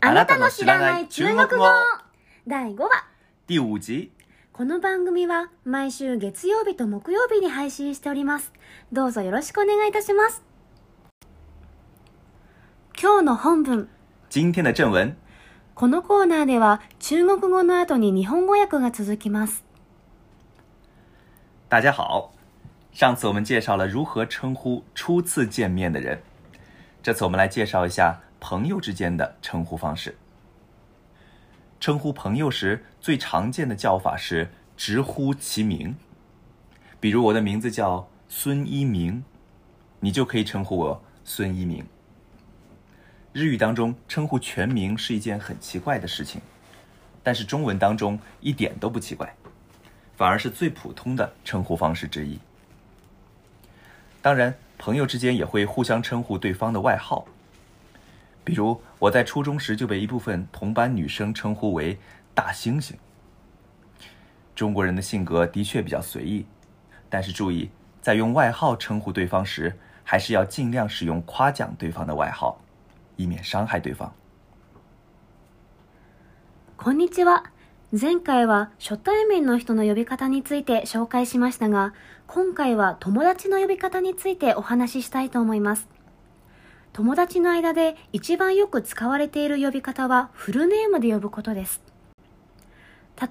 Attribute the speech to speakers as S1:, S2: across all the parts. S1: あなたの知らない中国語
S2: 第5話
S1: 第五集。
S2: この番組は毎週月曜日と木曜日に配信しておりますどうぞよろしくお願いいたします今日の本文
S1: 今天的正文，
S2: このコーナーでは中国語の後に日本語訳が続きます
S1: 大家好。上次我们介绍了如何称呼初次见面的人，这次我们来介绍一下朋友之间的称呼方式。称呼朋友时最常见的叫法是直呼其名，比如我的名字叫孙一鸣，你就可以称呼我孙一鸣。日语当中称呼全名是一件很奇怪的事情，但是中文当中一点都不奇怪，反而是最普通的称呼方式之一。当然，朋友之间也会互相称呼对方的外号。比如，我在初中时就被一部分同班女生称呼为“大猩猩”。中国人的性格的确比较随意，但是注意，在用外号称呼对方时，还是要尽量使用夸奖对方的外号，以免伤害对方。
S2: こんにちは前回は初対面の人の呼び方について紹介しましたが今回は友達の呼び方についてお話ししたいと思います友達の間で一番よく使われている呼び方はフルネームで呼ぶことです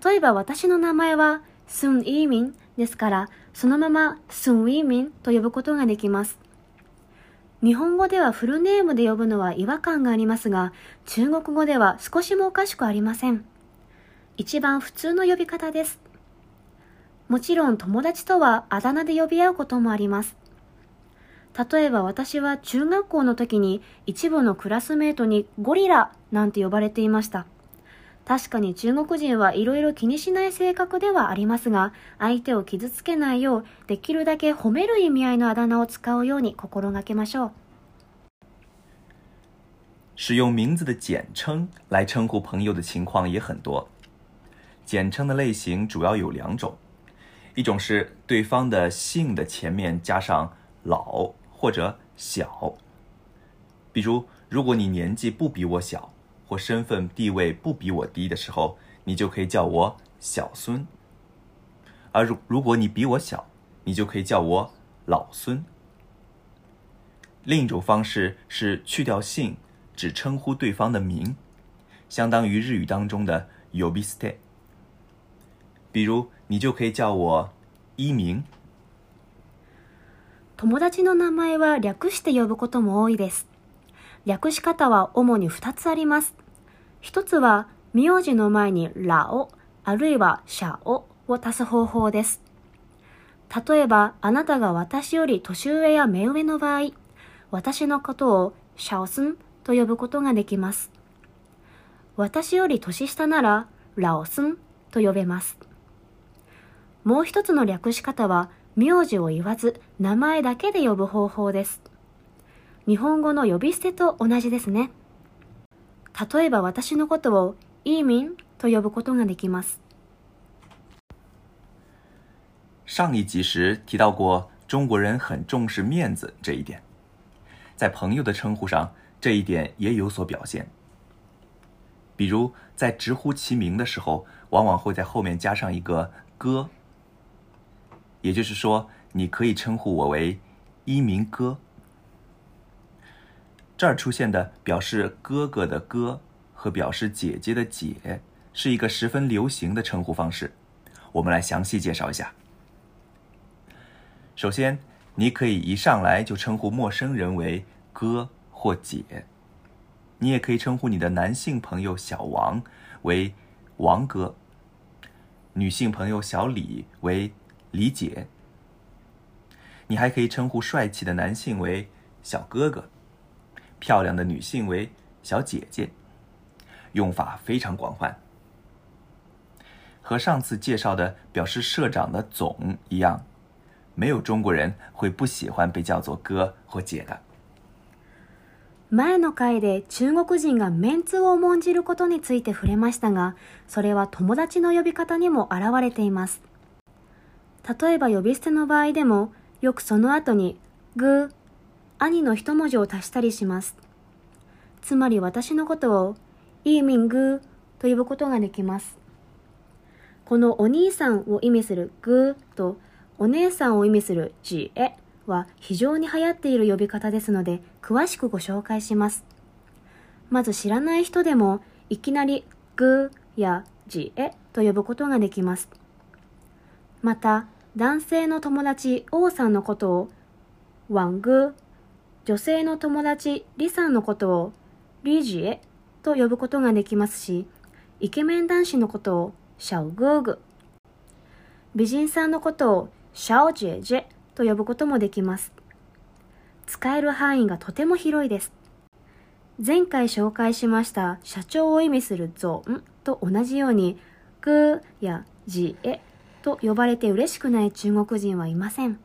S2: 例えば私の名前はスン・イーミンですからそのままスン・イーミンと呼ぶことができます日本語ではフルネームで呼ぶのは違和感がありますが中国語では少しもおかしくありません一番普通の呼び方ですもちろん友達とはあだ名で呼び合うこともあります例えば私は中学校の時に一部のクラスメートにゴリラなんて呼ばれていました確かに中国人はいろいろ気にしない性格ではありますが相手を傷つけないようできるだけ褒める意味合いのあだ名を使うように心がけましょう
S1: 使用名字的简称来称呼朋友的情况也很多。简称的类型主要有两种，一种是对方的姓的前面加上“老”或者“小”，比如如果你年纪不比我小，或身份地位不比我低的时候，你就可以叫我小孙；而如如果你比我小，你就可以叫我老孙。另一种方式是去掉姓，只称呼对方的名，相当于日语当中的 “yobiste”。比如，你就可以叫我一鸣。
S2: 友達の名前は略して呼ぶことも多いです。略し方は主に2つあります。1つは、名字の前にラオ、あるいはシャオを足す方法です。例えば、あなたが私より年上や目上の場合、私のことをシャオスンと呼ぶことができます。私より年下なら、ラオスンと呼べます。もう一つの略し方は、名字を言わず、名前だけで呼ぶ方法です。日本語の呼び捨てと同じですね。例えば私のことを、イーミンと呼ぶことができます。
S1: 上一集时提到过，中国人很重视面子这一点，在朋友的称呼上，这一点也有所表现。比如在直呼其名的时候，往往会在后面加上一个“哥”，也就是说，你可以称呼我为“一鸣哥”。这儿出现的表示哥哥的“哥”和表示姐姐的“姐”，是一个十分流行的称呼方式。我们来详细介绍一下。首先，你可以一上来就称呼陌生人为哥或姐，你也可以称呼你的男性朋友小王为王哥，女性朋友小李为李姐。你还可以称呼帅气的男性为小哥哥，漂亮的女性为小姐姐，用法非常广泛。和上次介绍的表示社长的总一样，没有中国人会不喜欢被叫做哥或姐的。
S2: 前の回で中国人がメンツを重んじることについて触れましたが、それは友達の呼び方にも現れています。例えば呼び捨ての場合でも、よくその後に、ぐ、兄の一文字を足したりします。つまり私のことを、イーミングと呼ぶことができます。このお兄さんを意味するグーとお姉さんを意味するジエは非常に流行っている呼び方ですので詳しくご紹介します。まず知らない人でもいきなりグーやジエと呼ぶことができます。また男性の友達王さんのことをワングー、女性の友達リさんのことをリジエと呼ぶことができますし、イケメン男子のことをシャオグーグ、美人さんのことをシャオジェジェと呼ぶこともできます。使える範囲がとても広いです。前回紹介しました社長を意味するゾンと同じように、グーやジエと呼ばれて嬉しくない中国人はいません。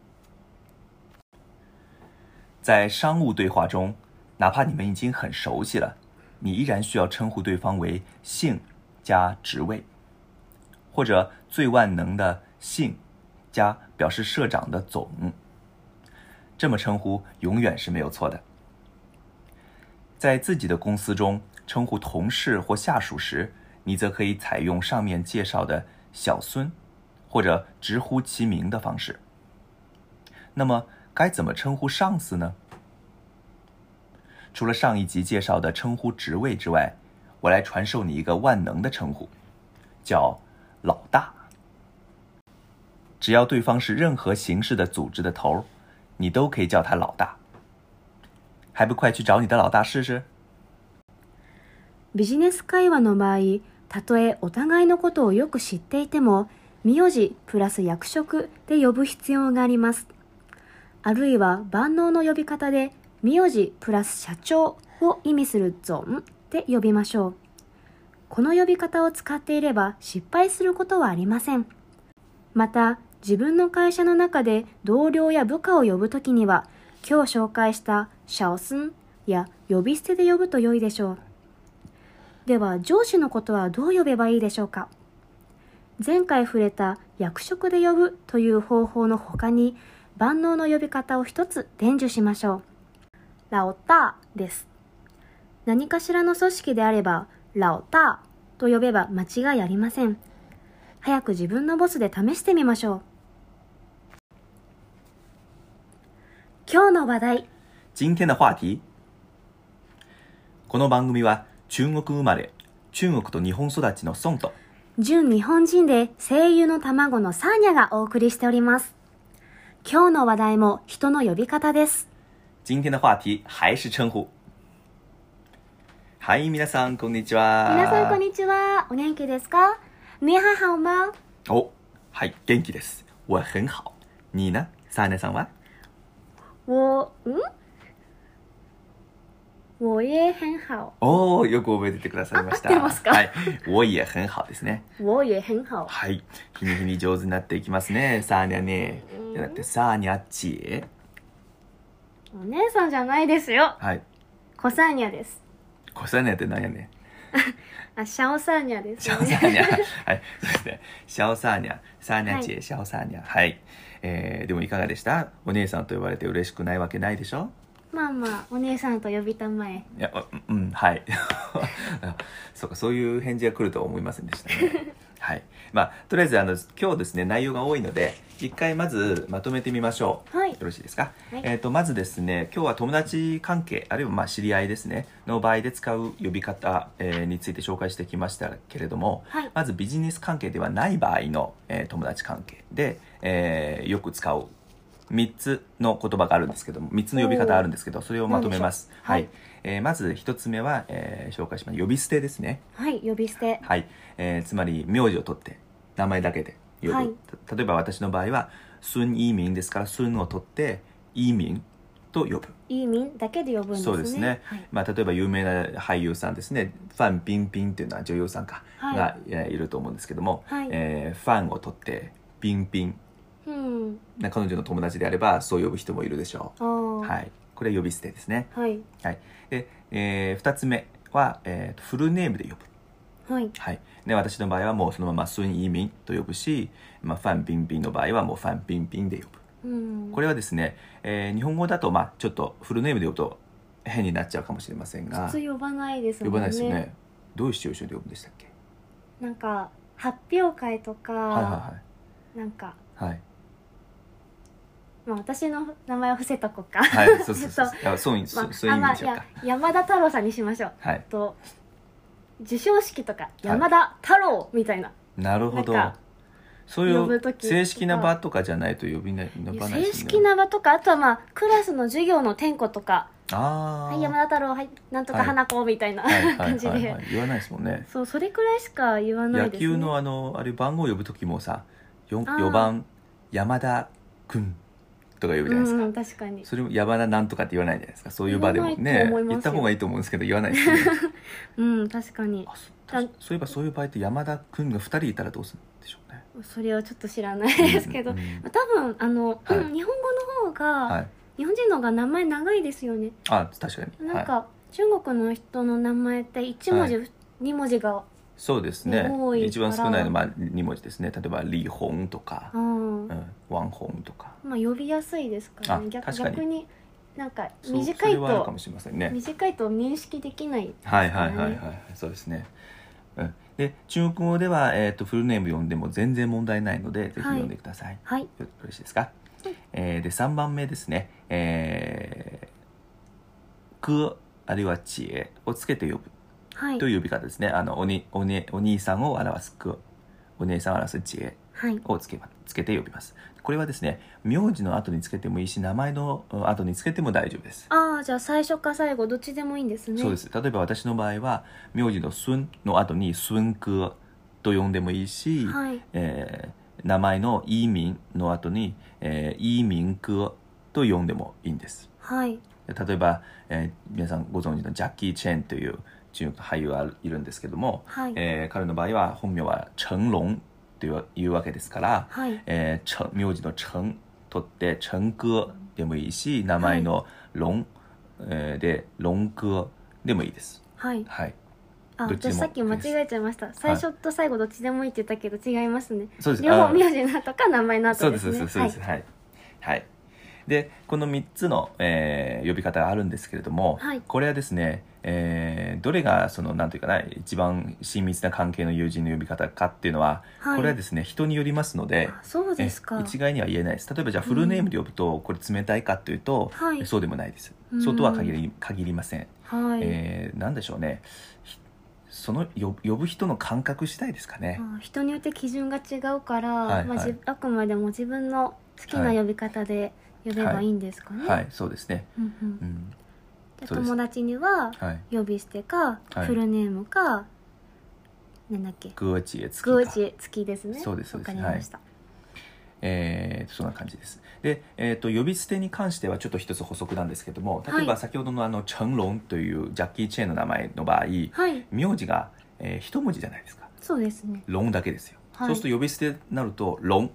S1: 在商务对话中，哪怕你们已经很熟悉了，你依然需要称呼对方为姓加职位，或者最万能的姓加表示社长的总，这么称呼永远是没有错的。在自己的公司中称呼同事或下属时，你则可以采用上面介绍的小孙或者直呼其名的方式。那么该怎么称呼上司呢？除了上一集介绍的称呼职位之外，我来传授你一个万能的称呼，叫“老大”。只要对方是任何形式的组织的头儿，你都可以叫他老大。还不快去找你的老大试试？
S2: ビジネス会話の場合、たとえお互いのことをよく知っていても、名字プラス役職で呼ぶ必要があります。あるいは万能の呼び方で名字プラス社長を意味するゾンで呼びましょう。この呼び方を使っていれば失敗することはありません。また、自分の会社の中で同僚や部下を呼ぶときには、今日紹介したシャオスンや呼び捨てで呼ぶと良いでしょう。では、上司のことはどう呼べばいいでしょうか前回触れた役職で呼ぶという方法の他に、万能の呼び方を一つ伝授しましょう。ラオタです。何かしらの組織であれば、ラオタと呼べば間違いありません。早く自分のボスで試してみましょう。今日の話題。
S1: 今天の話題。この番組は中国生まれ、中国と日本育ちの孫と、
S2: 純日本人で声優の卵のサーニャがお送りしております。今日の話題も人の呼び方です。
S1: 今天的话题还是称呼。はい、皆さん、こんにちは。
S2: 皆さん、こんにちは。お元気ですか你还好吗
S1: お、はい、元気です。我很好。你呢サーネさんは
S2: 我、ん我也很好。
S1: おお、よく覚えててくださいました。
S2: 合ってますか
S1: はい。我也很好ですね。
S2: 我也很好。
S1: はい。日に日に上手になっていきますね。サーニャね。じゃなくて、サーニャっち。
S2: お姉さんじゃないですよ。
S1: はい。
S2: コサーニャです。
S1: コサーニャって何やね
S2: あ、シャオサーニャです
S1: シャオサーニャ。はい。そうですね。シャオサーニャ。サーニャち、はい、シャオサーニャ。はい。えー、でもいかがでしたお姉さんと呼ばれて嬉しくないわけないでしょ
S2: まあまあお姉さんと呼びたまえ
S1: いやうん、うん、はい そうかそういう返事が来るとは思いませんでした ねはいまあとりあえずあの今日ですね内容が多いので一回まずまとめてみましょ
S2: う、はい、よ
S1: ろしいですか、はい、えーと、とまずですね今日は友達関係あるいはまあ知り合いですねの場合で使う呼び方、えー、について紹介してきましたけれども、
S2: はい、
S1: まずビジネス関係ではない場合の、えー、友達関係で、えー、よく使う3つの言葉があるんですけども3つの呼び方あるんですけどそれをまとめます
S2: はい、
S1: はい、えー、まず1つ目は、えー、紹介します呼び捨てですね
S2: はい呼び捨て
S1: はい、えー、つまり名字を取って名前だけで呼ぶ、
S2: はい、
S1: 例えば私の場合は「スン・イーミン」ですから「スン」を取って「イーミン」と呼ぶ
S2: 「イーミン」だけで呼ぶんですね
S1: そうですね、
S2: はい、
S1: まあ、例えば有名な俳優さんですねファン・ビン・ビンっていうのは女優さんか、
S2: はい、
S1: が、えー、いると思うんですけども、
S2: はい、
S1: えー、ファンを取って「ビン・ビン」
S2: うん、
S1: 彼女の友達であればそう呼ぶ人もいるでしょ
S2: う。
S1: はい、これは呼び捨てですね。
S2: はい、
S1: はいでえー、2つ目は、えー、フルネームで呼
S2: ぶ。はい
S1: はいで私の場合はもうそのまま「スン・イーミン」と呼ぶし、まあ、ファン・ビン・ビンの場合はもう「ファン・ビン・ビン」で呼
S2: ぶ、うん、
S1: これはですね、えー、日本語だと、まあ、ちょっとフルネームで呼ぶと変になっちゃうかもしれませんが
S2: 普通呼ばないです
S1: もんね呼ばないですよねどういうシチュエーションで呼ぶんでしたっけ
S2: なんか発表会とか、
S1: はいは
S2: なんか、
S1: いはい
S2: まあ、私の名前を伏せとこうか、
S1: はいはいそうそ うそうあ そうい
S2: まあ
S1: そそういう意味
S2: あ
S1: にしよう
S2: ま
S1: か
S2: あいや山田太郎さんにしましょう
S1: はい
S2: と授賞式とか山田太郎みたいな、
S1: なるほど
S2: なんか
S1: そうい
S2: 呼ぶ
S1: う
S2: 時
S1: 正式な場とかじゃないと呼びない呼ばない
S2: 正
S1: ですね
S2: 式な場とかあとはまあクラスの授業の点呼とか「
S1: あ
S2: は
S1: あ
S2: い山田太郎はいなんとか
S1: はい
S2: 花子」みたいな
S1: はいはい
S2: 感じ
S1: はいは
S2: で
S1: い言わないですもんね
S2: そうそれくらいしか言わない
S1: 野
S2: です、ね、
S1: 球のあのあれ番号呼ぶ時もさ 4,
S2: あー
S1: 4番山田君とか呼ぶじゃないですか、
S2: うん確かに
S1: それも山田なんとかって言わないじゃないですかそういう場でも
S2: 言わない
S1: ね
S2: と思いますよ
S1: 言った方がいいと思うんですけど言わないですね
S2: うん確かに
S1: あそ確かそういえばそういう場合って山田君が2人いたらどうするんでしょうね
S2: それはちょっと知らない ですけど、
S1: うんうん
S2: まあ多分あの、
S1: はい
S2: うん日本語の方が、
S1: はい
S2: 日本人の方が名前長いですよね
S1: あ確かに
S2: なんか、
S1: はい、
S2: 中国の人の名前って1文字、二2文字が
S1: そうですね
S2: 多いから
S1: 一番少ないのは、まあ、2文字ですね例えば李紅とか
S2: う、ん
S1: うん、ワンホンとか
S2: まあ呼びやすいですからね
S1: あ
S2: 逆
S1: 確かに
S2: 逆になんか
S1: そう
S2: 短い
S1: それはあるか
S2: と
S1: もしれませんね
S2: 短いと認識できない
S1: はいはいはいはい、はい、そうですね。うん、で中国語では、えー、とフルネーム呼んでも全然問題ないのでぜひ
S2: はい
S1: 読んでください。よ
S2: はい
S1: よろしいですか、えーで3番目ですね「えー、く」あるいは「ちえ」をつけて呼ぶ
S2: はい
S1: という呼び方ですね。あのおにおねお兄さんを表す「く」お姉さんを表す「ちえ」
S2: はい
S1: をつけばつけて呼びます。これはですね名字の後につけてもいいし名前のうん後につけても大丈夫です。
S2: ああじゃあ最初か最後どっちでもいいんですね
S1: そうです例えば私の場合は名字の「孫」の後に「孫哥」と呼んでもいいし、
S2: はい
S1: えー名前の「イーミン」の後に「えー、イーミン哥」と呼んでもいいんです
S2: はい
S1: 例えば、えー皆さんご存知のジャッキー・チェンという中国俳優がいるんですけども、
S2: はい、
S1: えー彼の場合は本名は成龍といういうわけですから、
S2: はい
S1: えー成名字の成取って成哥でもいいし名前の龍、えーで龍哥でもいいです
S2: はい
S1: はい
S2: あ
S1: どっち
S2: 私
S1: でも
S2: さっき間違えちゃいました最初と最後どっちでもいいって言ったけど違いますね、
S1: そうです
S2: 両
S1: あ
S2: 方
S1: ー
S2: 名字の後か名前の
S1: そ
S2: 後で
S1: うですすそう
S2: ね
S1: ですそうですはいはいでこの3つの、えー呼び方があるんですけれども、
S2: はい
S1: これはですね、えーどれがそのなんていうかな一番親密な関係の友人の呼び方かっていうのは、
S2: はい
S1: これはですね人によりますので
S2: あそうです
S1: え
S2: か
S1: 一概には言えないです例えばじゃあフルネームで呼ぶと、これ冷たいかというと、
S2: はい
S1: そうでもないです、
S2: うん
S1: そうとは限り限りません、
S2: はい、
S1: えーなんでしょうねひその呼呼ぶ人の感覚次第ですかね、
S2: あ人によって基準が違うから、
S1: はい
S2: まあ、
S1: はい
S2: じあくまでも自分の好きな呼び方で呼べばいいんですかね、
S1: はいそうですね、
S2: うんうん
S1: うん、
S2: で
S1: そうです
S2: 友達には
S1: はい
S2: 呼び捨てか、
S1: はい
S2: フルネームかなんだっけ
S1: グーチエツキ
S2: グー
S1: か
S2: チ付きですね
S1: そうですそうです
S2: わかりました、
S1: えーそんな感じですで、えー、と呼び捨てに関してはちょっと一つ補足なんですけども例え
S2: は
S1: ば
S2: い
S1: 先ほどのあのチャンロンというジャッキー・チェーンの名前の場合
S2: はい、
S1: 名字が、えー一文字じゃないですか
S2: そうですね
S1: ロンだけですよ、
S2: はい
S1: そうすると呼び捨てになると「ロン」っ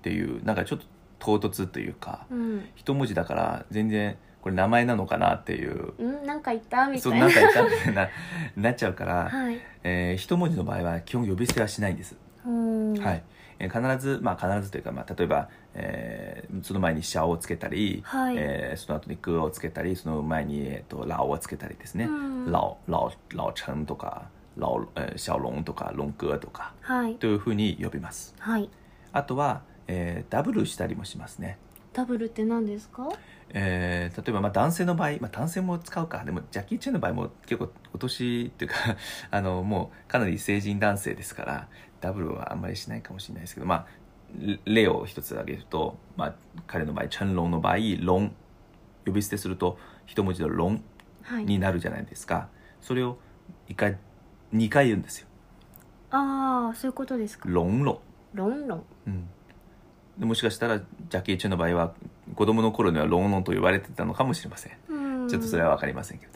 S1: ていうなんかちょっと唐突というか、
S2: うん、
S1: 一文字だから全然これ名前なのかなっていう
S2: うん、なんか言ったみ
S1: そ
S2: た
S1: う
S2: い
S1: な
S2: なん
S1: か言ったみた いななっちゃうから、
S2: はい
S1: えー一文字の場合は基本呼び捨てはしないんです、
S2: うん
S1: はい、えー必ずまあ必ずというか、まあ、例えば、えーその前に「シャオ」をつけたり、
S2: はい
S1: えーその後に「グー」をつけたりその前に「えー、とラオ」をつけたりですね
S2: うん
S1: 「老老老成」とか「老えー、小龍」とか「龍哥」とか
S2: はい
S1: というふうに呼びます
S2: はい
S1: あとは、えーダブルしたりもしますね、
S2: ダブルって何ですか
S1: えー例えばまあ男性の場合、まあ、男性も使うかでもジャッキー・チェンの場合も結構お年っていうか あのもうかなり成人男性ですからダブルはあんまりしないかもしれないですけどまあれ例を一つ挙げると、まあ、彼の場合チャンロンの場合ロン呼び捨てすると一文字のロン
S2: はい
S1: になるじゃないですかそれを一回2回言うんですよ
S2: ああそういうことですか
S1: ロンロン
S2: ロンロン
S1: うん、でもしかしたらジャッキー・チェンの場合は子供の頃にはロンロンと言われてたのかもしれません
S2: うん
S1: ちょっとそれは分かりませんけど、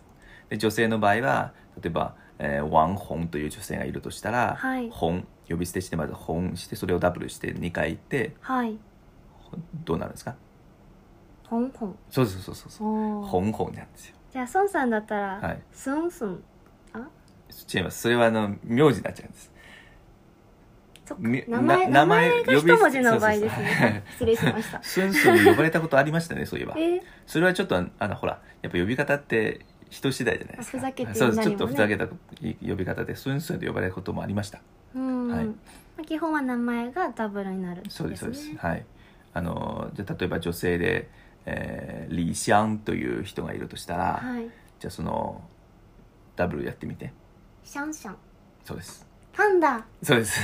S1: で女性の場合は例えば、えー、ワン・ホンという女性がいるとしたら、
S2: はい
S1: ホン呼び捨てしてまずホンしてそれをダブルして2回言って
S2: はい
S1: どうなるんですか
S2: ほんほん
S1: そうそうそうそうそう
S2: そう
S1: ホンホンなんですよ
S2: じゃあ孫さんだったら、
S1: はい
S2: スンスン
S1: 違いますそれはあの名字になっちゃうんです
S2: そっか
S1: み
S2: 名前
S1: な
S2: 名前が
S1: 呼び
S2: 一
S1: 捨
S2: 文
S1: て
S2: 字の場合です
S1: そうそうそう
S2: ね失礼しま した
S1: スンスン呼ばれたことありましたねそういえば
S2: え
S1: それはちょっとああのほらやっぱ呼び方って人次第じゃないですか
S2: ふざけて
S1: そうです
S2: 何もね
S1: ちょっとふざけた呼び方でスンスンと呼ばれることもありました
S2: うん、
S1: はい
S2: まあ基本は名前がダブルになるん
S1: そうですそうです
S2: ね
S1: はいあのじゃあ例えば女性で、えー、リシャンという人がいるとしたら、
S2: はい
S1: じゃあそのダブルやってみて
S2: シャンシャン
S1: そうです
S2: パンダ
S1: そうです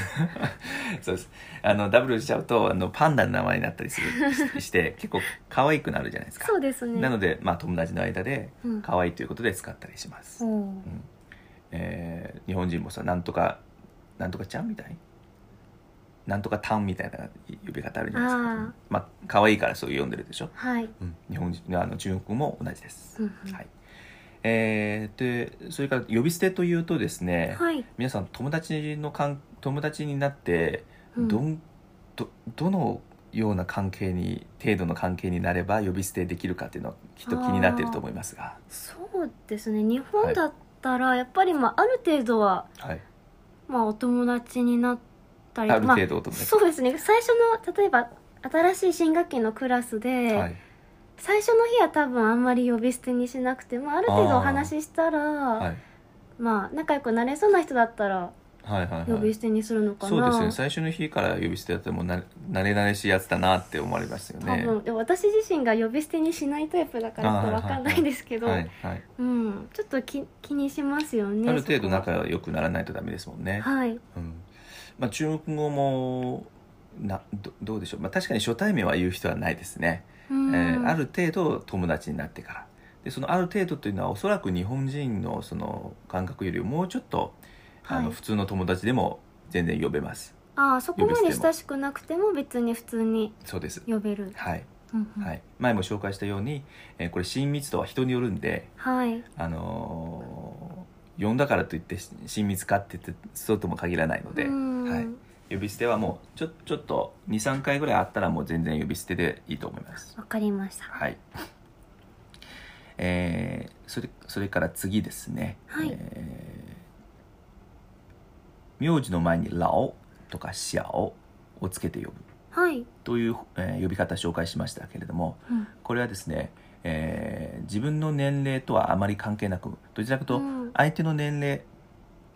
S1: そうですあのダブルしちゃうとあのパンダの名前になったりするしして結構可愛くなるじゃないですか
S2: そうですね
S1: なので、まあ、友達の間で
S2: うん
S1: 可愛いということで使ったりします、
S2: おー
S1: えー日本人もさなんとかなんとかちゃんみたいなんとかたんみたいな呼び方あるじゃないですか
S2: あー
S1: まあ可愛いからそう読んでるでしょ、
S2: はい
S1: 日本人あの中国語も同じです、
S2: うんうん
S1: はいえーでそれから呼び捨てというとですね、
S2: はい
S1: 皆さん友達の関友達になって
S2: うん
S1: どん、どどのような関係に程度の関係になれば呼び捨てできるかっていうのはきっと気になっていると思いますが、
S2: そうですね日本だったらやっぱりまあある程度は
S1: はい、
S2: まあお友達になったり
S1: ある程
S2: ま
S1: 度お
S2: あ、
S1: 友達、
S2: そうですね最初の例えば新しい新学期のクラスで、
S1: はい
S2: 最初の日は多分あんまり呼び捨てにしなくてもある程
S1: あー
S2: 度お話ししたら、
S1: はい
S2: まあ仲良くなれそうな人だったら
S1: はいはい
S2: 呼
S1: は
S2: び
S1: い
S2: 捨てにするのか
S1: そう
S2: な、
S1: ですね最初の日から呼び捨てだったらもうな慣れ慣れしいやつだなって思われますよ
S2: 多
S1: ね
S2: 分でも私自身が呼び捨てにしないタイプだからちょっとわかんないですけど、
S1: はいはい、
S2: うん、ちょっとき気にしますよね
S1: ある程
S2: そ
S1: 度
S2: こ
S1: 仲良くならないとダメですもんね、
S2: ははい
S1: うんまあ、中国語もなどどうでしょう、まあ、確かに初対面は言う人はないですね、
S2: うん
S1: えーある程度友達になってからでそのある程度というのはおそらく日本人のその感覚よりもうちょっと、あ
S2: は
S1: の
S2: い
S1: 普通の友達でも全然呼べます
S2: ああそこま
S1: 呼び
S2: で
S1: 捨ても
S2: 親しくなくても別に普通に
S1: そうです
S2: 呼べる、
S1: はい
S2: うんうん
S1: はい、前も紹介したように、えーこれ親密度は人によるんで、
S2: はい
S1: あのー呼んだからといってし親密かって言ってそうとも限らないので、
S2: うん
S1: はい、呼び捨てはもうちょちょっと23回ぐらいあったらもう全然呼び捨てでいいと思います。
S2: わかりました
S1: はいえーそれそれから次ですね、
S2: はい
S1: えー名字の前に「ラオ」とか「シャオ」をつけて呼ぶ
S2: はい、
S1: という、えー呼び方紹介しましたけれども、
S2: うん
S1: これはですね、えー自分の年齢とはあまり関係なくどちらかとい
S2: う
S1: うと
S2: ん
S1: 相手の年齢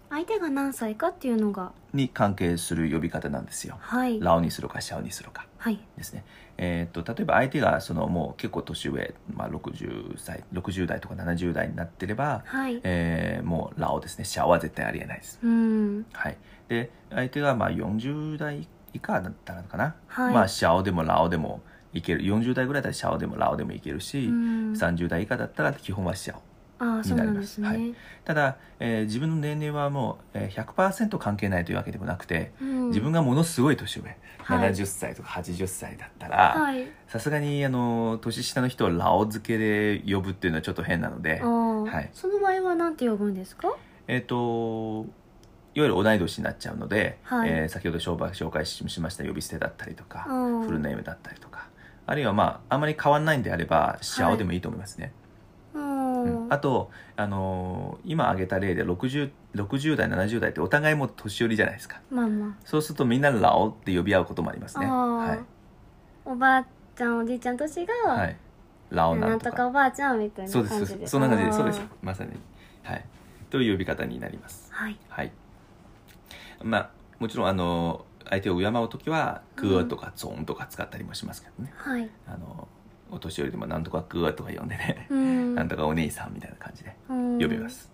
S2: 相手が何歳かっていうのが
S1: に関係する呼び方なんですよ。
S2: はい
S1: ラオにするかシャオにするか
S2: はい
S1: ですね。えー、と例えば相手がそのもう結構年上、まあ、60歳60代とか70代になってれば、
S2: はい
S1: えーもうラオですねシャオは絶対ありえないです。
S2: うん
S1: はい、で相手がまあ40代以下だったのかな、
S2: はい
S1: まあシャオでもラオでもいける40代ぐらいだったらシャオでもラオでもいけるし、
S2: うん
S1: 30代以下だったら基本はシャオ。
S2: ああそうなんですね、
S1: になりただ、えー自分の年齢はもう、えー100%関係ないというわけでもなくて、
S2: うん、
S1: 自分がものすごい年上、
S2: はい
S1: 70歳とか80歳だった
S2: は
S1: ら
S2: い
S1: さすがにあの年下の人をラオ付けで呼ぶっていうのはちょっと変なので
S2: あ、あ、
S1: はい
S2: その場合は何て呼ぶんですか
S1: えっ、といわゆる同い年になっちゃうので、
S2: はい
S1: えー先ほど紹介紹介ししました呼び捨てだったりとか、
S2: うん
S1: フルネームだったりとかあるいはまああまり変わらないんであればシャオでもいいと思いますね。
S2: うん、
S1: あと、あのー今挙げた例で 60, 60代70代ってお互いもう年寄りじゃないですか
S2: まあま
S1: そうするとみんなラオって呼び合うこともあります
S2: あ、
S1: ね
S2: ああ
S1: は
S2: おばあちゃんおじいちゃんとしが、
S1: い、はい、ラオな
S2: なんん
S1: と
S2: と
S1: か
S2: かおばあちゃんみたいな
S1: そう
S2: 感
S1: で
S2: じです
S1: そんな感じで
S2: あー
S1: そうですまさにはいという呼び方になります
S2: はい
S1: はいまあもちろんあのー相手を敬う時は「クー」とか「ゾーン」とか使ったりもしますけどね、
S2: はい
S1: あのーお年寄りでも「なんとかクー」とか呼んでね、
S2: うん
S1: なんとかお姉さんみたいな感じで
S2: うん
S1: 呼びます、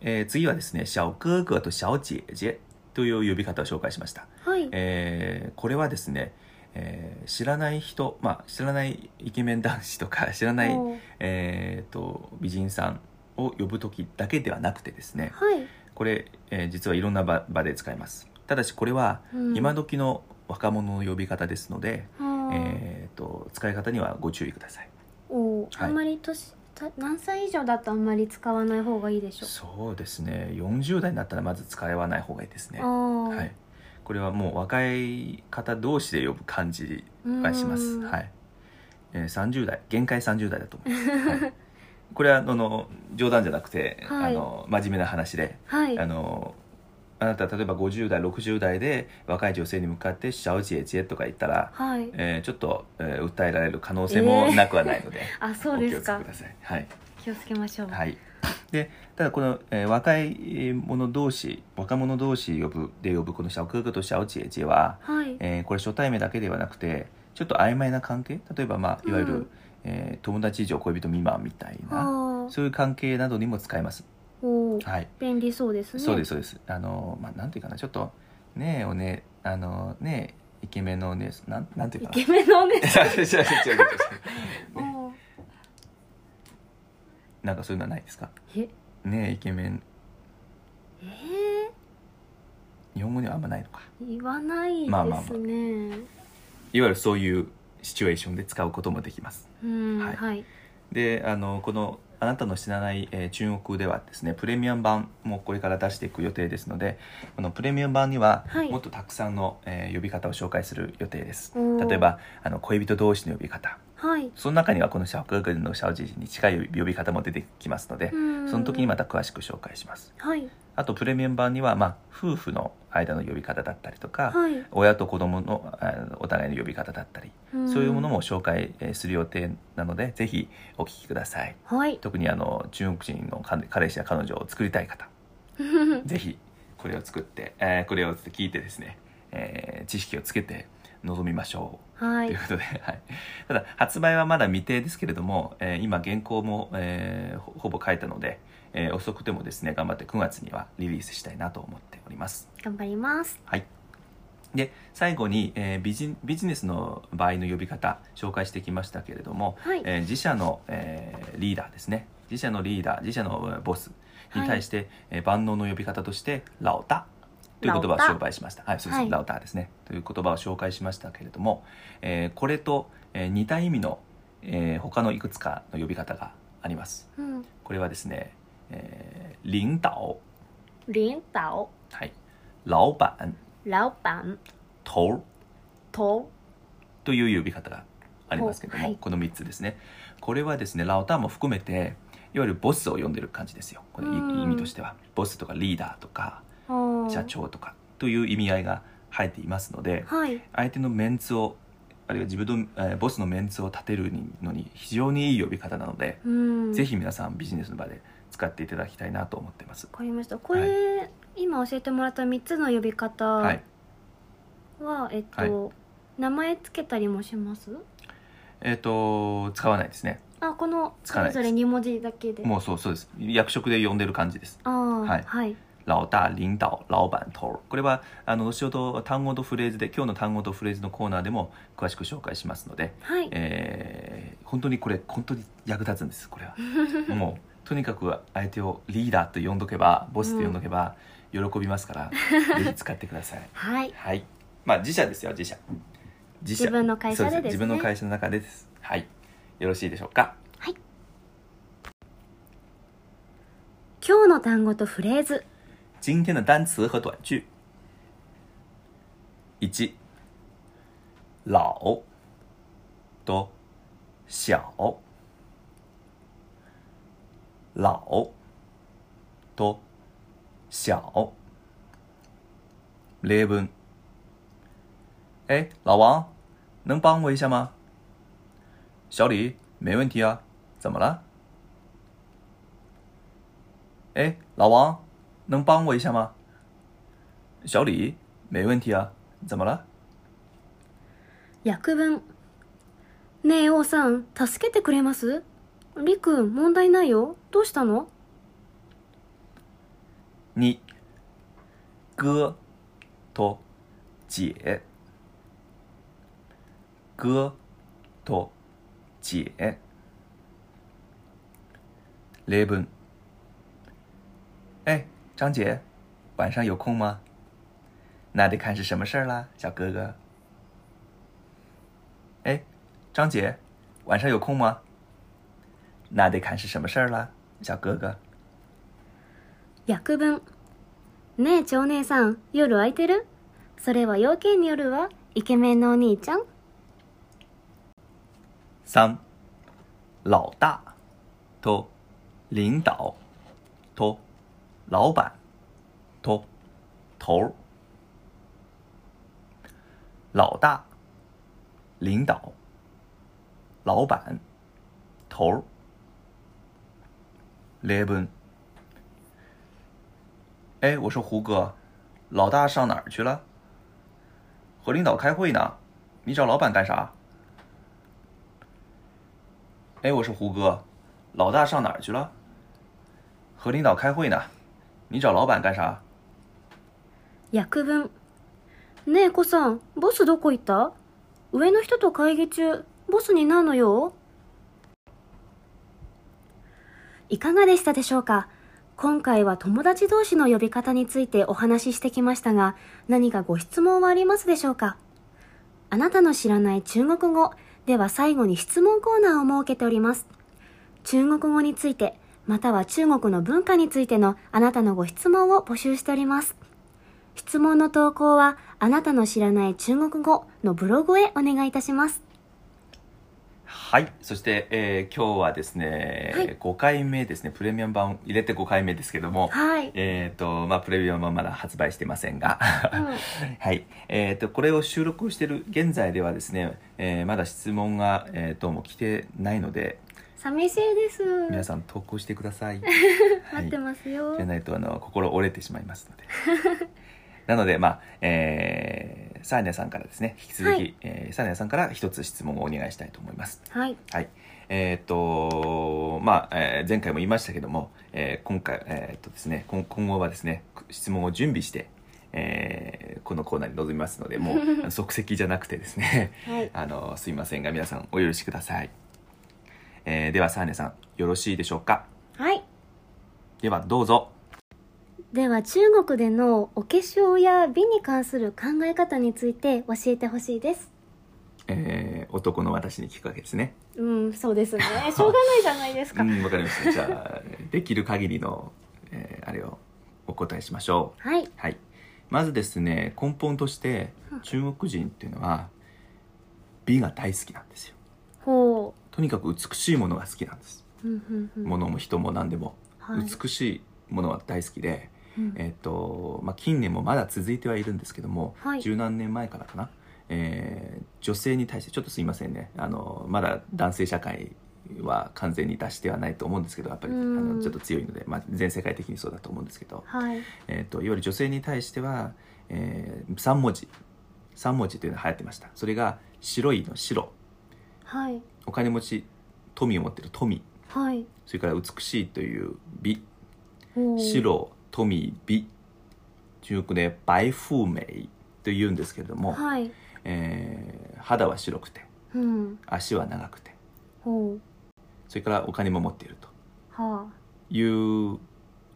S1: えー次はですね「小哥哥」と「小姐姐」という呼び方を紹介しました、
S2: はい
S1: えーこれはですね、えー知らない人、まあ、知らないイケメン男子とか 知らない、
S2: おー
S1: えーと美人さんを呼ぶ時だけではなくてですね
S2: はい
S1: これ、えー実はいろんな場場で使いますただしこれは
S2: うん
S1: 今時の若者の呼び方ですので、
S2: あー
S1: えーと使い方にはご注意ください
S2: おー
S1: はい
S2: あんまり年た何歳以上だとあんまり使わない方がいいでしょ
S1: そうですね40代になったらまず使わない方がいいですね
S2: あー
S1: はい、これはもう若い方同士で呼ぶ感じがします、
S2: うん
S1: はいえー、30代限界30代だと思います、 はい、これはあの冗談じゃなくて、
S2: はい
S1: あの真面目な話で、
S2: はい
S1: あのあなた例えば50代60代で若い女性に向かって「シャオジエジエ」とか言ったら、
S2: はい
S1: えーちょっと、えー訴えられる可能性もなくはないので、
S2: あそうです
S1: お
S2: か
S1: 気をつけください、はい
S2: 気をつけましょう。
S1: はい、でただこの、えー若い者同士若者同士呼ぶで呼ぶこの小哥哥と小姐姐は、
S2: はい。
S1: えーこれ初対面だけではなくてちょっと曖昧な関係例えば、まあ、いわゆる、
S2: うん
S1: えー友達以上恋人未満みたいな
S2: ああ。
S1: そういう関係などにも使えます。
S2: おー
S1: はい
S2: 便利そうですね。
S1: そうですそうですあのまあなんていうかなちょっとねえおねあのねえイケメンのお姉さんなんなんていう
S2: イ
S1: かな
S2: ケメンのお姉さん。
S1: 違う違う違う違う違う
S2: おー
S1: なんかそういうのはないですか
S2: え、
S1: ねえイケメン
S2: え
S1: 日本語にはあんまないのか
S2: ー、言わない
S1: まあまあ
S2: で
S1: ます
S2: ね。
S1: いわゆるそういうシチュエーションで使うこともできます
S2: うん、
S1: はい
S2: はい。
S1: であのこの「あなたの知らない、えー中国」ではですねプレミアム版もこれから出していく予定ですのでこのプレミアム版には
S2: はい
S1: もっとたくさんの、えー呼び方を紹介する予定です、
S2: おー
S1: 例えばあの恋人同士の呼び方
S2: はい。
S1: その中にはこの「シャオクグルのシャオジジ」に近い呼び方も出てきますので、
S2: うん
S1: その時にまた詳しく紹介します
S2: はい。
S1: あとプレミアム版には、まあ、夫婦の間の呼び方だったりとか、
S2: はい。
S1: 親と子供のあのお互いの呼び方だったりそういうもの
S2: も。
S1: も紹介えーする予定なのでぜひお聞きください
S2: はい。
S1: 特にあの中国人の彼彼氏や彼女を作りたい方ぜひこれを作って、えーこれを聞いてですね、えー知識をつけて臨みましょう
S2: は
S1: という
S2: い。
S1: ことで、 はい、ただ発売はまだ未定ですけれども、えー今原稿も、えーほほぼ書いたので、えー遅くてもですね頑張って9月にはリリースしたいなと思っております
S2: 頑張ります。
S1: はいで最後に、えービジビジネスの場合の呼び方紹介してきましたけれども、
S2: はい
S1: えー自社の、えーリーダーですね自社のリーダー自社のえーボスに対して、えー万能の呼び方として「ラオタ」という言葉を
S2: ラオタ
S1: 紹介しました。はい、そうです、
S2: はい
S1: ラオターですね。という言葉を紹介しましたけれども、えーこれと、えー似た意味の、えー他のいくつかの呼び方があります。
S2: うん。
S1: これはですね、えー、領導、
S2: 領导、
S1: はい、老板、
S2: 老板、
S1: 头
S2: 头、
S1: という呼び方がありますけれども、
S2: はい
S1: この3つですね。これはですね、ラオターも含めて、いわゆるボスを呼んでる感じですよ。これい
S2: うん
S1: 意味としては、ボスとかリーダーとか
S2: ああ
S1: 社。長とかという意味合いが入っていますので、
S2: はい。
S1: 相手のメンツをあるいは自分の、えーボスのメンツを立てるのに非常にいい呼び方なので、
S2: うん。
S1: ぜひ皆さんビジネスの場で使っていただきたいなと思ってます
S2: わ。かりました。これ、今教えてもらった三つの呼び方は、
S1: はい
S2: えっと、
S1: はい
S2: 名前つけたりもします？
S1: えっ、と使わないですね
S2: あ、この
S1: つ
S2: そ
S1: かな
S2: れ
S1: いです
S2: ぞれ二文字だけで。
S1: もうそうそうです役職で呼んでる感じです
S2: ああ、
S1: はい
S2: はい。
S1: 老大、領導、老板、頭これはあの後ほど単語とフレーズで今日の単語とフレーズのコーナーでも詳しく紹介しますので、
S2: はい。
S1: えー本当にこれ本当に役立つんですこ れはもうとにかく相手をリーダーと呼んどけばボスと呼んどけば喜びますから、ぜひ使ってください
S2: はい。
S1: はいまあ自社ですよ自社自
S2: 自分の会社で
S1: そ
S2: です
S1: う
S2: ね
S1: 自分の会社の中でですはいよろしいでしょうか
S2: 今日の単語とフレーズ。
S1: 今天的单词和短句1老と小老と小例文哎，老王，能帮我一下吗？小李，没问题啊，怎么了？哎，老王，能帮我一下吗？小李，没问题啊，怎么了？
S2: 訳文。ねえ、王さん、助けてくれます？りくん、問題ないよ。どうしたの？
S1: 你哥と姐哥と姐例文哎，张姐，晚上有空吗？那得看是什么事儿啦，小哥哥。哎，张姐，晚上有空吗？那得看是什么事儿啦，小哥哥。
S2: 訳文。ねえ、長姉さん、夜空いてる？それは要件によるわ。イケメンのお兄ちゃん。
S1: 三，老大，と领导，と老板，と头儿。老大，领导，老板，头儿。例文。哎，我说胡哥，老大上哪儿去了？和领导开会呢。你找老板干啥？哎，我说胡哥，老大上哪儿去了？和领导开会呢。你找老板干啥？
S2: 訳文ねえ子さんボスどこ行った上の人と会議中ボスになるのよいかがでしたでしょうか今回は友達同士の呼び方についてお話ししてきましたが何かご質問はありますでしょうかあなたの知らない中国語では最後に質問コーナーを設けております中国語についてまたは中国の文化についてのあなたのご質問を募集しております質問の投稿はあなたの知らない中国語のブログへお願いいたします
S1: はい、そして、えー今日はですね、
S2: はい
S1: 5回目ですね、プレミアム版入れて5回目ですけども、
S2: はい、
S1: えっ、と、まあ、プレミアムはまだ発売してませんが、
S2: うん
S1: はい、えっ、と、これを収録してる現在ではですね、えーまだ質問が、えーどうも来てないので、
S2: 寂しいです
S1: 皆さん投稿してく ださい。
S2: 待ってますよ、
S1: じゃないとあの心折れてしまいますので なのでまあえー、サーニャさんからですね引き続
S2: は
S1: き、
S2: い
S1: えーサーニャさんから一つ質問をお願いしたいと思います
S2: はい
S1: はいえーっとまあ、えー前回も言いましたけども、えー今回えーっとですね今今後はですね質問を準備してえーこのコーナーに臨みますの でもうあの即席じゃなくてですね
S2: はい
S1: あのすいませんが皆さんお許しください、えーではサーニャさんよろしいでしょうか
S2: はい
S1: ではどうぞ
S2: では中国でのお化粧や美に関する考え方について教えてほしいです
S1: えー男の私に聞くわけですね。
S2: うんそうです ねしょうがないじゃないです
S1: う
S2: か、
S1: ん、わかりました。じゃあ、 できる限りの、えーあれをお答えしましょう。
S2: はい
S1: はい。まずですね、根本として
S2: うん
S1: 中国人っていうのは美が大好きなんですよ。
S2: ほ
S1: とにかく美しいものが好きなんです。
S2: ううんうんうん
S1: 物も人も何でも、
S2: はい
S1: 美しいものは大好きで、
S2: うん
S1: えっ、と、まあ、近年もまだ続いてはいるんですけども、
S2: はい
S1: 十何年前からかな、えー女性に対してちょっとすいませんねあのまだ男性社会は完全に達してはないと思うんですけどやっぱりあ
S2: うん
S1: のちょっと強いので、まあ、全世界的にそうだと思うんですけど、
S2: はい
S1: えー、といわゆる女性に対しては、え3文字3文字というのが流行ってましたそれが白いの白
S2: はい
S1: お金持ち富を持ってる富
S2: はい
S1: それから美しいという美
S2: ほう
S1: 白富美中国で白富美というんですけれども、
S2: はい
S1: えー肌は白くて
S2: うん
S1: 足は長くて
S2: ほう
S1: それからお金も持っていると
S2: は
S1: いう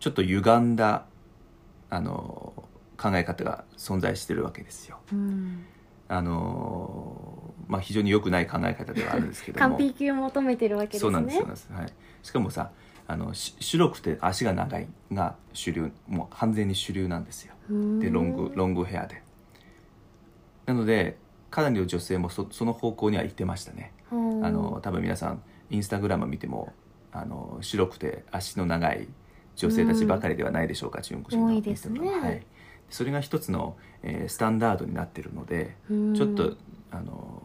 S1: ちょっと歪んだあの考え方が存在してるわけですよ。
S2: あうん
S1: あのまあ、非常に良くない考え方ではあるんですけど
S2: 完
S1: も
S2: 璧を求めてるわけですね
S1: そうなんですそうなんです、はい、しかもさあのし白くて足が長いが主流もう完全に主流なんですよ。でロングロ
S2: ン
S1: ングヘアでなのでかなりの女性もそその方向には行ってましたね、
S2: グ
S1: あの多分皆さんインスタグラム見てもあの白くて足の長い女性たちばかりではないでしょうか、中国人の
S2: 多いですね
S1: インスタグラムはい、それが一つの、えースタンダードになってるのでちょっと、あの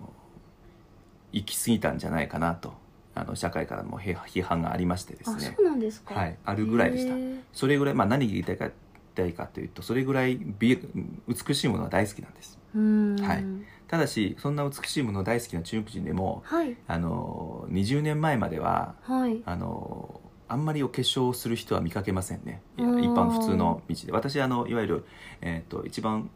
S1: 行き過ぎたんじゃないかなとあの社会からも批批判がありましてです
S2: あ
S1: ね
S2: そうなんですか
S1: はいあるぐらいでした
S2: へー
S1: それぐらい、まあ、何が言いたいか言いたいかというとそれぐらい美美しいものは大好きなんです
S2: うん
S1: はいただしそんな美しいもの大好きな中国人でも
S2: はい
S1: あの20年前までは
S2: はい
S1: あのあんまりお化粧をする人は見かけませんねいや
S2: あー
S1: 一般普通の道で私あのいわゆる、えー、と一番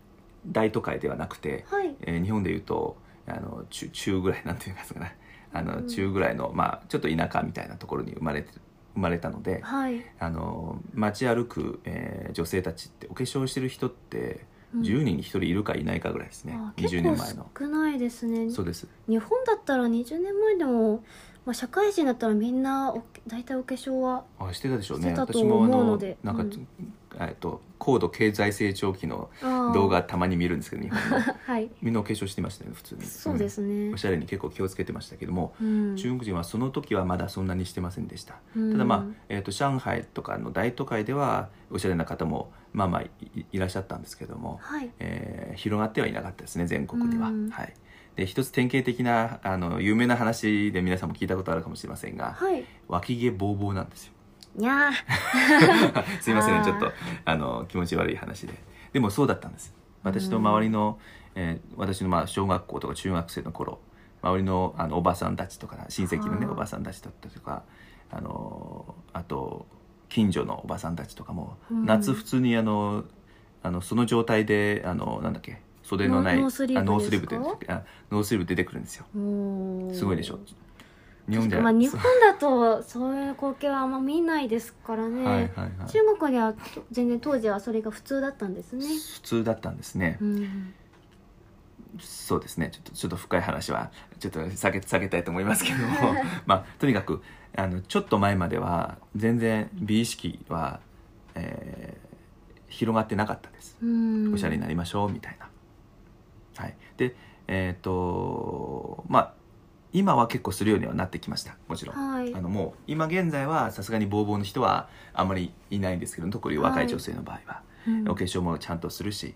S1: 大都会ではなくて、
S2: はい
S1: えー日本でいうとあの中中ぐらいなんていうんですかねあ
S2: う
S1: の
S2: ん
S1: 中ぐらいの、まあ、ちょっと田舎みたいなところに生まれて生まれたので、
S2: はい
S1: あの街歩く、えー女性たちってお化粧してる人って10人に1人いるかいないかぐらいですね、
S2: あ
S1: 20年前の
S2: 結構少ないですね
S1: そうです
S2: 日本だったら20年前でも、まあ、社会人だったらみんなお大体お化粧は
S1: あしてたでしょう
S2: し
S1: ね
S2: てたと
S1: 私もあ
S2: 思う
S1: の
S2: ので
S1: なんか、
S2: うん
S1: えっと高度経済成長期の動
S2: 動
S1: 画たまに見るんですけど日本の
S2: はい
S1: みんなお化粧してましたよね普通に
S2: そうです
S1: う
S2: ね
S1: んおしゃれに結構気をつけてましたけども、
S2: うん
S1: 中国人はその時はまだそんなにしてませんでした、
S2: うん
S1: ただまあ、えー、と上海とかの大都会ではおしゃれな方もまあまあいいらっしゃったんですけども、
S2: はい
S1: えー広がってはいなかったですね全国には、
S2: うん
S1: はい、で一つ典型的なあの有名な話で皆さんも聞いたことあるかもしれませんが
S2: はい
S1: 脇毛ボーボーなんですよ
S2: にゃー。
S1: すいません
S2: あー
S1: ねちょっとあの気持ち悪い話ででもそうだったんです私の周りの、えー私のまあ小学校とか中学生の頃周りのあのおばさんたちとか親戚のね
S2: あー
S1: おばさんたちだったりとかあのーあと近所のおばさんたちとかも、
S2: うん
S1: 夏普通にあのあのその状態であのなんだっけ袖の
S2: ノ
S1: ない
S2: ノースリーブ
S1: あノースリーブ
S2: ですか
S1: であノースリーブ出てくるんですよ
S2: おー
S1: すごいでしょ日本
S2: 確
S1: で
S2: か
S1: は
S2: まあ、日
S1: そ
S2: 本
S1: う
S2: だとそういう光景はあんま見ないですからね、
S1: はいはいはい
S2: 中国では全然当時はそれが普通だったんですね、
S1: 普通だったんですね、
S2: うん、
S1: そうですねちょっとちょっと深い話はちょっと避け避けたいと思いますけども まあとにかくあのちょっと前までは全然美意識は、えー広がってなかったです
S2: うん
S1: おしゃれになりましょうみたいな、はいでえっ、とまあ今は結構するようにはなってきましたもちろん、
S2: はい
S1: あのもう今現在はさすがにボーボーの人はあんまりいないんですけど特に若い女性の場合は、
S2: うん
S1: お化粧もちゃんとするし、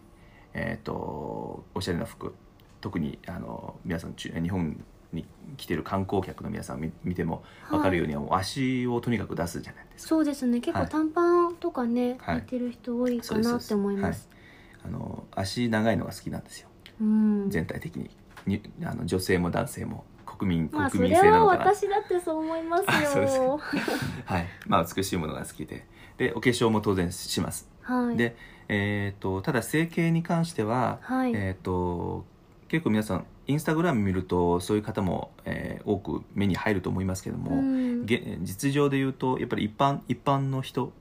S1: えー、とおしゃれな服特にあの皆さん中日本に来てる観光客の皆さんを見見ても分かるようには、もう足をとにかく出すじゃないですか
S2: そうですね結構
S1: はい
S2: 短パンとかね、
S1: は
S2: 履
S1: い
S2: いてる人多い
S1: そ
S2: か
S1: うです
S2: なって思います
S1: あの足長いのが好きなんですよ
S2: うん
S1: 全体的ににあの女性も男性も国民
S2: まあそ
S1: 国
S2: れ
S1: 民性な
S2: は
S1: のかな、
S2: 私だってそう思います
S1: あそうです
S2: よ
S1: はいまあ、美しいものが好きででお化粧も当然します、
S2: はい
S1: で、えー、とただ整形に関しては、
S2: はい、
S1: えっ、と結構皆さんインスタグラム見るとそういう方も、えー多く目に入ると思いますけど
S2: う
S1: も、
S2: ん
S1: げ実情で言うとやっぱり一般一般の人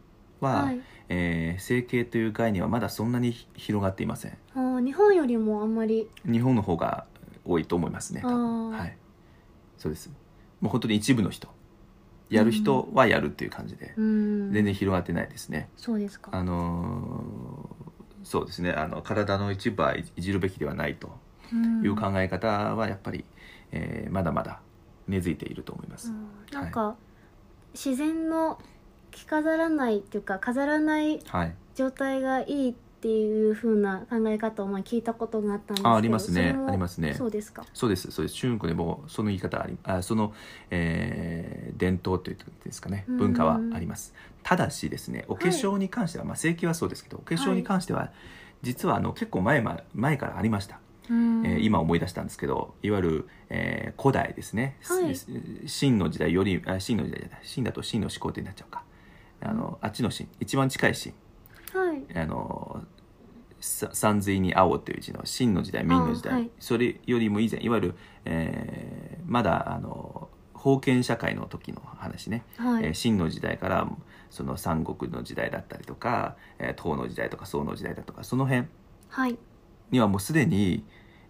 S1: は、
S2: はい
S1: えー整形という概念はまだそんなにひ広がっていません
S2: あー日本よりもあんまり
S1: 日本の方が多いと思いますね多分
S2: あー
S1: はいそうですもう本当に一部の人やる人はやるっていう感じで、
S2: うん
S1: 全然広がってないですね
S2: そうですか
S1: あのーそうですねあの体の一部はいいじるべきではないと
S2: うん
S1: いう考え方はやっぱり、えーまだまだ根付いていると思います。
S2: うんなんか、自然の着飾らないっていうか飾らない
S1: はい、
S2: 状態がいいっていう風な考え方を前に聞いたことがあったんですけど
S1: あありますね
S2: それも
S1: ありますね
S2: そうですか
S1: そうですそうです中国でもその言い方ありあその、えー伝統というんですかね
S2: うん
S1: 文化はあります。ただしですねお化粧に関しては、まあ整形はそうですけどお化粧に関しては、実はあの結構前ま前からありました、えー今思い出したんですけどいわゆる、えー古代ですね、
S2: はい
S1: す秦の時代よりあ秦の時代じゃない秦だと秦の始皇帝になっちゃうかあのあっちの秦一番近い秦
S2: はい
S1: あのさ三髄に青という字の秦の時代明の時代、
S2: あはい
S1: それよりも以前いわゆる、えーまだあの封建社会の時の話ね、
S2: はい、
S1: えー秦の時代からその三国の時代だったりとか、えー唐の時代とか宋の時代だとかその辺
S2: はい
S1: にはもうすでに、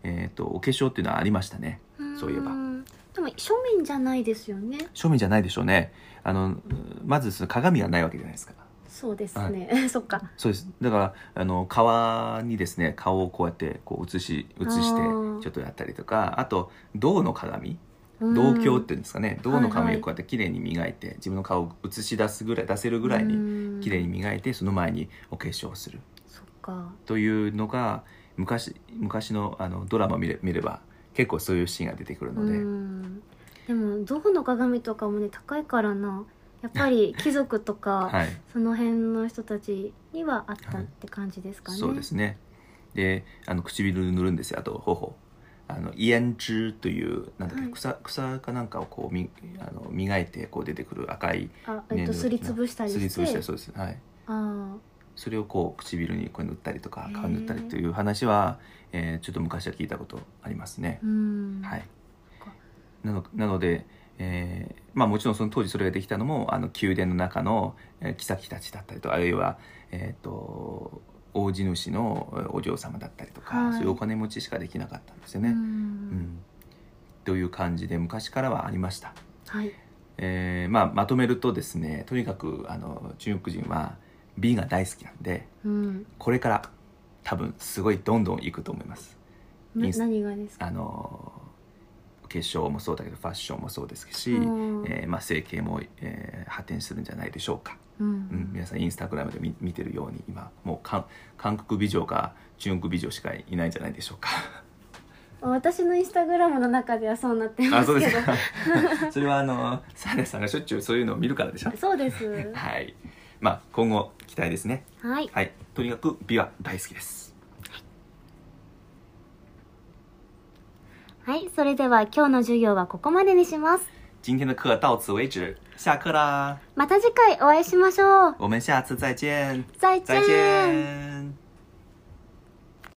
S1: えー、とお化粧っていうのはありましたねそういえば
S2: んでも庶民じゃないですよね
S1: 庶民じゃないでしょうねあのまずその鏡がないわけじゃないですか
S2: そうですね、 そっか
S1: そうですだからあの川にですね顔をこうやってこう映し映して
S2: あー
S1: ちょっとやったりとかあと銅の鏡
S2: うん
S1: 銅鏡っていうんですかね、銅の
S2: はい
S1: 鏡
S2: はい
S1: をこうやって綺麗に磨いて、自分の顔を映し出すぐらい出せるぐらいうに
S2: ん
S1: 綺麗に磨いてその前にお化粧をする
S2: そっか
S1: というのが昔昔のあのドラマを見れ見れば結構そういうシーンが出てくるので、
S2: うんでも銅の鏡とかもね高いからなやっぱり貴族とか、
S1: はい、
S2: その辺の人たちにはあった
S1: は
S2: っ
S1: い
S2: て感じですかね。
S1: そうですねであの唇塗るんですよあと頬あのイエンチュというなんだっけ、
S2: はい
S1: 草草かなんかをこうみあの磨いてこう出てくる赤い
S2: あ、えっと、
S1: ね
S2: すりつぶしたり
S1: す
S2: して。
S1: りつぶしたりそうですはい
S2: あ
S1: それをこう唇にこう塗ったりとか
S2: へー
S1: 顔に塗ったりという話は、えーちょっと昔は聞いたことありますね
S2: あ、う、ん。
S1: はい
S2: そっか
S1: なのなので、えーまあ、もちろんその当時それができたのもあの宮殿の中の、えー妃たちだったりとあるいは、えー、と王子主のえーお嬢様だったりとか、
S2: はい
S1: そういうお金持ちしかできなかったんですよ
S2: う
S1: ね。うん
S2: ん。
S1: という感じで昔からはありました。
S2: はい。
S1: えーまあ、まとめるとですねとにかくあの中国人は美が大好きなんで
S2: うん。
S1: これから多分すごいどんどんいくと思います。イ
S2: な
S1: ンス
S2: 何がですか。
S1: あの化粧もそうだけどファッションもそうですし、
S2: うん
S1: えーまあ、整形も、えー発展するんじゃないでしょうか、
S2: う
S1: うん、
S2: ん。
S1: 皆さんインスタグラムで見見てるように今もう韓韓国美女か中国美女しかいないんじゃないでしょうか
S2: 私のインスタグラムの中ではそうなってま
S1: あ
S2: す
S1: そう
S2: け
S1: です
S2: ど
S1: か それはあのサーラさんがしょっちゅうそういうのを見るからでしょ
S2: そうです
S1: はいまあ今後期待ですね
S2: はい
S1: はいとにかく美は大好きです
S2: はいそれでは今日の授業はここまでにします
S1: 今天的课到此为止下课啦
S2: また次回お会いしましょう
S1: 我们下次再见
S2: 再见
S1: 再见